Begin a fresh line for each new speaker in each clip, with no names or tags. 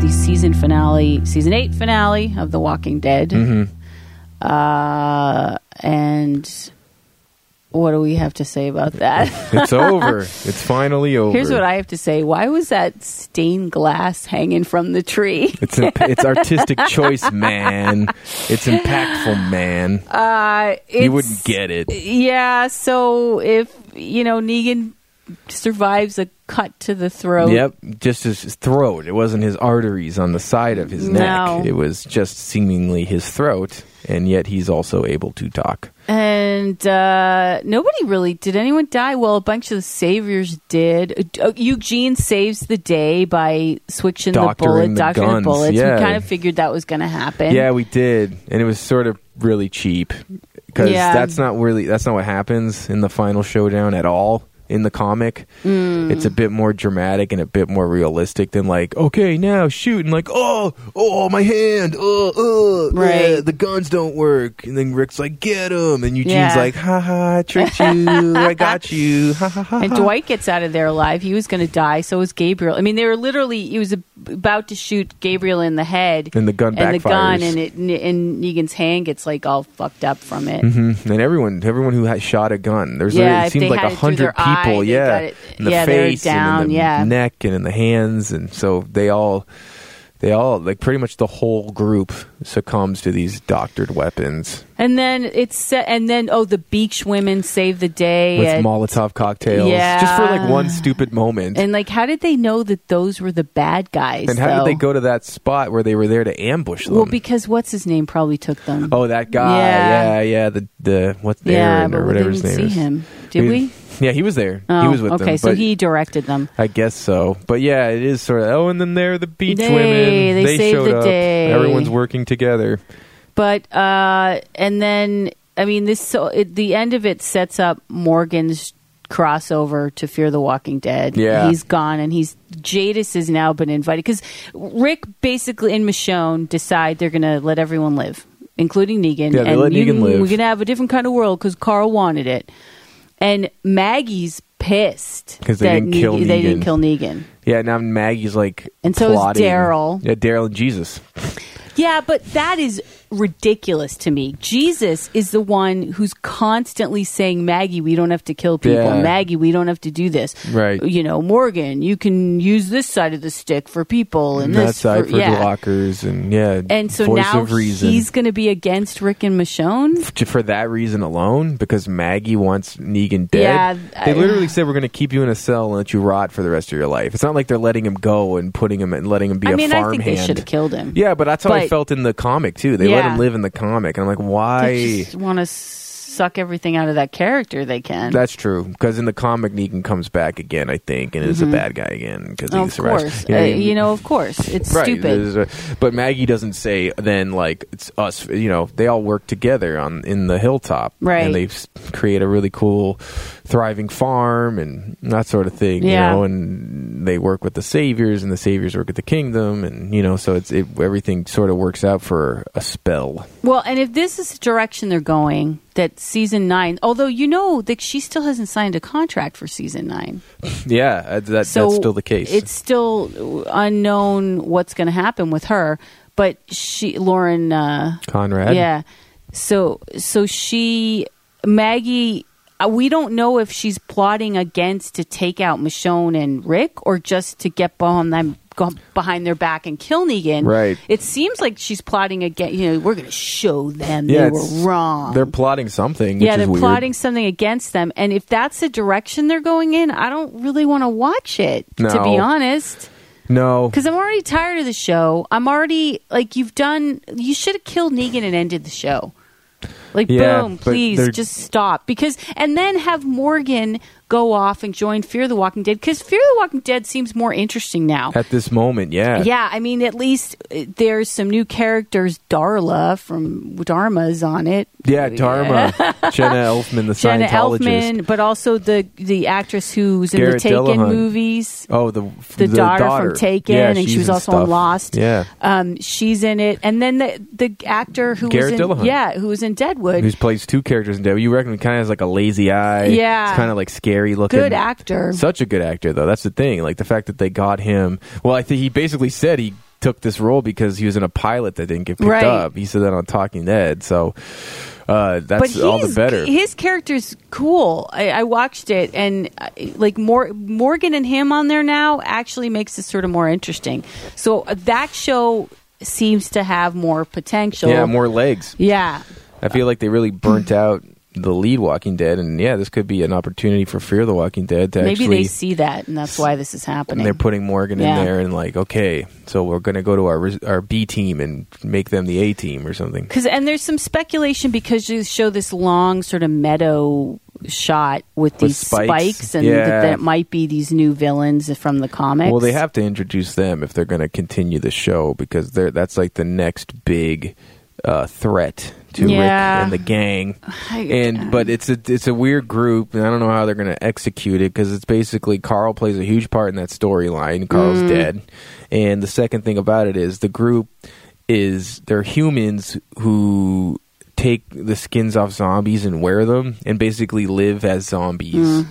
the season finale, season eight finale of The Walking Dead.
Mm-hmm.
Uh, and what do we have to say about that?
It's over. It's finally over.
Here's what I have to say. Why was that stained glass hanging from the tree?
It's imp- it's artistic choice, man. It's impactful, man.
Uh,
you
it's-
wouldn't get it.
Yeah, so if, you know, Negan survives a cut to the throat.
Yep, just his throat. It wasn't his arteries on the side of his
No.
neck. It was just seemingly his throat, and yet he's also able to talk.
And uh, nobody really did. Anyone die? Well, a bunch of the saviors did. Uh, Eugene saves the day by switching the
Doctoring
bullet,
the
doctoring
guns,
the bullets.
yeah.
We kind of figured that was going to happen.
yeah, we did, and it was sort of really cheap because
Yeah.
that's not really that's not what happens in the final showdown at all in the comic.
Mm.
It's a bit more dramatic and a bit more realistic than like, okay, now shoot, and like, oh, oh, my hand, oh, oh,
Right.
yeah, the guns don't work, and then Rick's like, get him, and
Yeah.
Eugene's like, ha ha, I tricked you, I got you, ha ha ha.
And Dwight gets out of there alive. He was going to die. So was Gabriel. I mean, they were literally. He was ab- about to shoot Gabriel in the head,
And the gun
and the gun,
backfires.
and it and Negan's hand gets like all fucked up from it.
Mhm. And everyone, everyone who had shot a gun, there's
Yeah,
like, it
if
seemed
they
like
had
a
it through
hundred
their
people,
eye, they
yeah,
got it-
in the
yeah, they were
face and in
down,
the
yeah.
neck and in the hands, and so they all, they all like pretty much the whole group succumbs to these doctored weapons
And then it's set. And then oh, the beach women save the day.
with
and-
Molotov cocktails, just for like one stupid moment.
And like, how did they know that those were the bad guys?
And how
though?
did they go to that spot where they were there to ambush them?
Well, because what's his name probably took them.
oh, that guy,
Yeah.
yeah, yeah, the the what's
yeah,
Aaron
but
or
we
whatever
didn't
his name
see
is.
him, did we?
Yeah, he was there.
Oh,
he was with
okay,
them.
so
but-
he directed them.
I guess so. But yeah, it is sort of. Oh, and then there are the beach
They-
women.
they saved
showed
the
up.
day.
Everyone's working together.
But uh, and then I mean, this so it, the end of it sets up Morgan's crossover to Fear the Walking Dead.
Yeah.
he's gone, and he's Jadis has now been invited because Rick basically and Michonne decide they're going to let everyone live, including Negan.
Yeah, they
and
let
you-
Negan live.
We're going to have a different kind of world because Carl wanted it, and Maggie's pissed
'Cause they
that
didn't kill
They didn't
Negan.
kill Negan.
Yeah, now Maggie's like.
And so is
plotting.
Daryl.
Yeah, Daryl and Jesus.
Yeah, but that is ridiculous to me. Jesus is the one who's constantly saying, Maggie, we don't have to kill people.
Yeah.
Maggie, we don't have to do this.
Right.
You know, Morgan, you can use this side of the stick for people and
And that
this
side for
yeah.
lockers and yeah.
And so
voice
now
of reason.
he's going to be against Rick and Michonne.
J- for that reason alone, because Maggie wants Negan dead.
Yeah,
they
I-
literally said we're going to keep you in a cell and let you rot for the rest of your life. It's not like they're letting him go and putting him and letting him be
I
a
mean, I think
farmhand.
they should have killed him.
yeah, but that's how I
But-
felt in the comic too. They let
Yeah.
him live in the comic, and I'm like, why?
They just want to suck everything out of that character they can.
That's true. Because in the comic, Negan comes back again, I think, and is a bad guy again because
Mm-hmm. of
he's harassed.
course.
You know,
Uh,
he-
you know, of course. It's
right,
stupid.
this is- But Maggie doesn't say then like it's us. You know, they all work together on in the hilltop,
Right.
And they s- create a really cool, thriving farm and that sort of thing.
Yeah.
You know, and they work with the saviors, and the saviors work with the kingdom, and you know, so it's it, everything sort of works out for a spell.
Well, and if this is the direction they're going, that season nine, although you know that she still hasn't signed a contract for season nine.
Yeah, that, that-
So
that's still the case.
It's still unknown what's going to happen with her, but she, Lauren, uh,
Conrad.
yeah. So, so she, Maggie, uh, we don't know if she's plotting against to take out Michonne and Rick or just to get behind them. go Behind their back and kill Negan.
Right.
It seems like she's plotting against. You know, we're going to show them
Yeah,
they
it's-
were wrong.
They're plotting something. Which
yeah, they're
is weird.
plotting something against them, and if that's the direction they're going in, I don't really want to watch it. To be
No.
honest,
No,
because I'm already tired of the show. I'm already like, you've done. You should have killed Negan and ended the show. Like,
Yeah,
boom,
but
please
they're-
just stop. Because and then have Morgan go off and join Fear the Walking Dead because Fear the Walking Dead seems more interesting now.
at this moment, yeah,
Yeah, I mean, at least uh, there's some new characters. Darla from Dharma's on it.
yeah. Dharma, Jenna Elfman, the
Jenna
Scientologist.
Elfman, but also the the actress who's in
Garrett
the Taken
Delahunt.
movies.
Oh, the
The, daughter, from Taken,
Yeah,
and
she's
she was
in
also
stuff.
on Lost.
Yeah,
um, she's in it, and then the the actor who
Garrett
was in
Dillahunt.
yeah, who was in Deadwood,
who plays two characters in Deadwood. You reckon kind of has like a lazy eye.
Yeah.
it's kind of like scary looking.
good actor.
Such a good actor, though. That's the thing. Like the fact that they got him. Well, I think he basically said he took this role because he was in a pilot that didn't get picked
Right.
up. He said that on Talking Dead. So uh, that's all the
he's-
better.
His character's cool. I, I watched it, and uh, like Mor- Morgan and him on there now actually makes it sort of more interesting. So uh, that show seems to have more potential.
yeah, more legs.
Yeah.
I feel like they really burnt out the lead Walking Dead, and yeah, this could be an opportunity for Fear the Walking Dead to
Maybe
actually.
they see that, and that's why this is
and
happening.
they're putting Morgan
Yeah.
in there, and like, okay, so we're going to go to our res- our B team and make them the A team or something.
Cause, and there's some speculation because you show this long sort of meadow shot with these
spikes.
and
Yeah.
that, that might be these new villains from the comics.
Well, they have to introduce them if they're going to continue the show because they're that's like the next big uh, threat to
Yeah.
Rick and the gang.
I-
And but it's a it's a weird group, and I don't know how they're going to execute it because it's basically Carl plays a huge part in that storyline. Carl's dead, and the second thing about it is the group is they're humans who take the skins off zombies and wear them, and basically live as zombies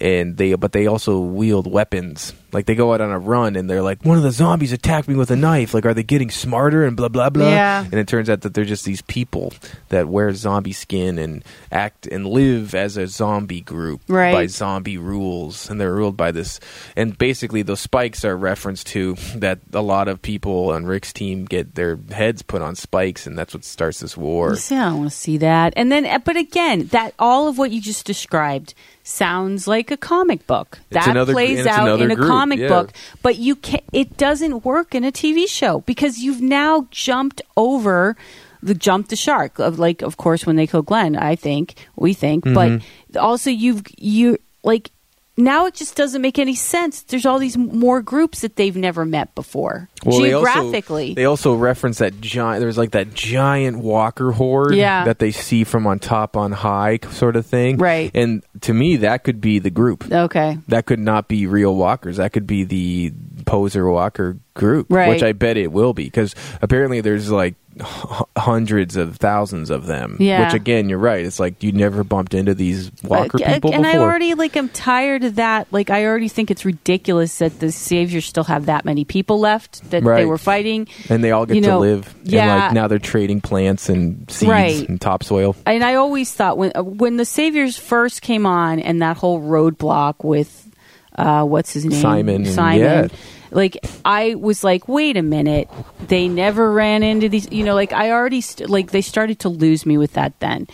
and they but they also wield weapons. Like they go out on a run and they're like, one of the zombies attacked me with a knife. Like, are they getting smarter and blah blah blah?
Yeah.
And it turns out that they're just these people that wear zombie skin and act and live as a zombie group
Right.
by zombie rules, and they're ruled by this. And basically, those spikes are reference to that a lot of people on Rick's team get their heads put on spikes, and that's what starts this war.
You say, I don't want to see that. And then, eh, but again, that all of what you just described sounds like a comic book.
It's
that
another-
plays
it's
out
another
in a
group,
comic
yeah.
book, but you can not It doesn't work in a TV show because you've now jumped over the jump the shark of like, of course, when they kill Glenn. I think we think,
Mm-hmm.
but also you've you like. Now it just doesn't make any sense. There's all these more groups that they've never met before
they also-
geographically.
They also, reference that giant. There's like that giant walker horde
Yeah.
that they see from on top on high, sort of thing.
Right.
And to me, that could be the group.
okay.
That could not be real walkers. That could be the poser walker group,
Right.
which I bet it will be because apparently there's like h- hundreds of thousands of them.
Yeah.
Which again, you're right. It's like you never bumped into these walker
Uh,
people
and
before.
I already like I'm tired of that. Like I already think it's ridiculous that the Saviors still have that many people left that they
Right.
were fighting.
and they all get
you know,
to live.
yeah.
And like now they're trading plants and seeds
Right.
and topsoil.
And I always thought when uh, when the Saviors first came on and that whole roadblock with uh, what's his name
Simon,
Simon.
yeah.
Like I was like, wait a minute, they never ran into these. You know, like I already st- like they started to lose me with that then.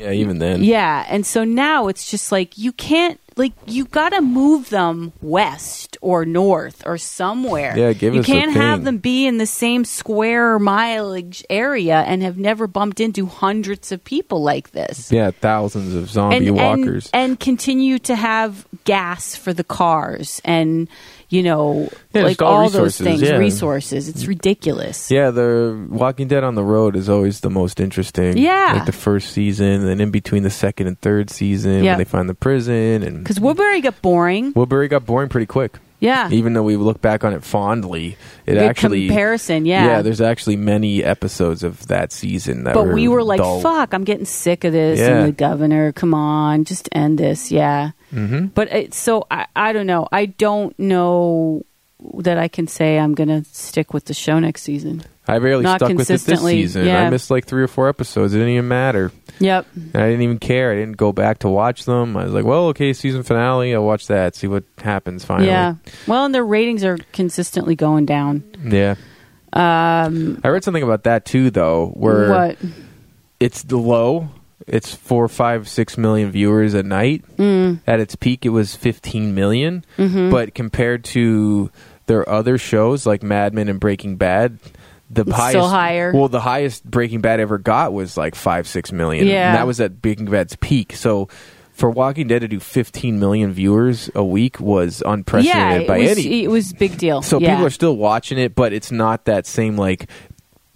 Yeah, even then.
Yeah, and so now it's just like you can't like you got to move them west or north or somewhere.
Yeah, give
you
us a
can't have
thing.
them be in the same square mileage area and have never bumped into hundreds of people like this.
Yeah, thousands of zombie
And, and
walkers.
and continue to have gas for the cars and you know
Yeah, just
like
all
all those
resources,
things
yeah. Mm.
resources it's ridiculous
yeah, the Walking Dead on the road is always the most interesting.
Yeah.
like the first season, and then in between the second and third season,
Yeah.
when they find the prison, and
because Woodbury got boring
Woodbury got boring pretty quick.
yeah
Even though we look back on it fondly, it
Good
actually
comparison yeah
yeah. There's actually many episodes of that season that,
but we were like,
dull.
"Fuck, I'm getting sick of this."
Yeah.
And the governor, come on, just end this. Yeah. Mm-hmm. But it, so I, I don't know. I don't know that I can say I'm going to stick with the show next season.
I barely
not
stuck with it this
consistently,
season.
yeah.
I missed like three or four episodes. It didn't even matter.
Yep.
And I didn't even care. I didn't go back to watch them. I was like, well, okay, season finale. I'll watch that. See what happens finally.
Yeah. Well, and their ratings are consistently going down.
Yeah. Um, I read something about that too, though, where
What?
it's the low. It's four, five, six million viewers a night. Mm. At its peak, it was fifteen million.
Mm-hmm.
But compared to their other shows like Mad Men and Breaking Bad, the
It's
highest,
still higher.
Well, the highest Breaking Bad ever got was like five, six million.
Yeah.
and that was at Breaking Bad's peak. So. For Walking Dead to do 15 million viewers a week was
Yeah,
unprecedented
it
by
was,
any
it was a big deal.
so
Yeah.
people are still watching it, but it's not that same like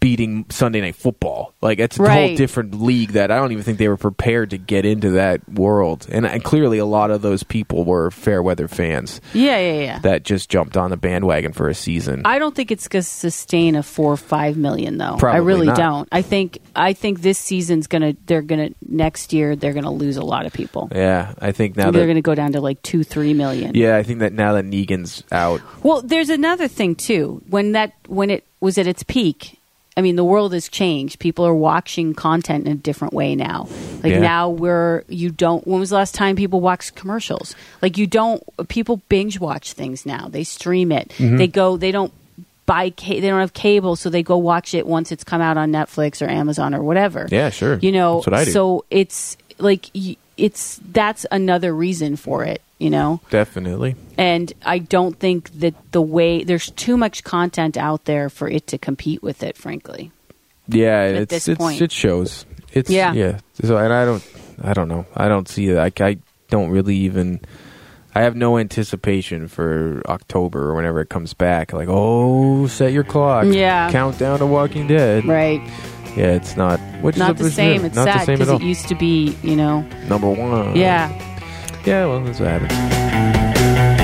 beating Sunday Night Football. Like it's a whole
Right.
different league that I don't even think they were prepared to get into that world. And, and clearly, a lot of those people were fair weather fans
Yeah, yeah, yeah.
that just jumped on the bandwagon for a season.
I don't think it's going to sustain a four or five million though.
Probably
I really
not.
don't. I think I think this season's gonna they're gonna next year they're gonna lose a lot of people.
yeah, I think now
Maybe they're
that
gonna go down to like two three million.
yeah, I think that now that Negan's out,
Well, there's another thing too. When that when it was at its peak, I mean, the world has changed. People are watching content in a different way now. Like
Yeah.
now, we're you don't. When was the last time people watched commercials? Like you don't. People binge watch things now. They stream it.
Mm-hmm.
They go. They don't buy. Ca- they don't have cable, so they go watch it once it's come out on Netflix or Amazon or whatever.
Yeah, sure.
You know.
That's what I do.
So it's like y- it's that's another reason for it. You know
definitely.
and I don't think that the way there's too much content out there for it to compete with it. Frankly,
Yeah,
at
it's,
this
it's
point.
it shows. It's yeah.
Yeah.
So and I don't I don't know. I don't see that. I, I don't really even I have no anticipation for October or whenever it comes back. Like, oh, set your clock.
Yeah.
Countdown to Walking Dead.
right?
Yeah, it's not. Which is
Not
a-
the same. It's
not
sad
the same at
because
all.
it used to be, you know.
Number one.
Yeah,
Yeah. Well, that's what happens.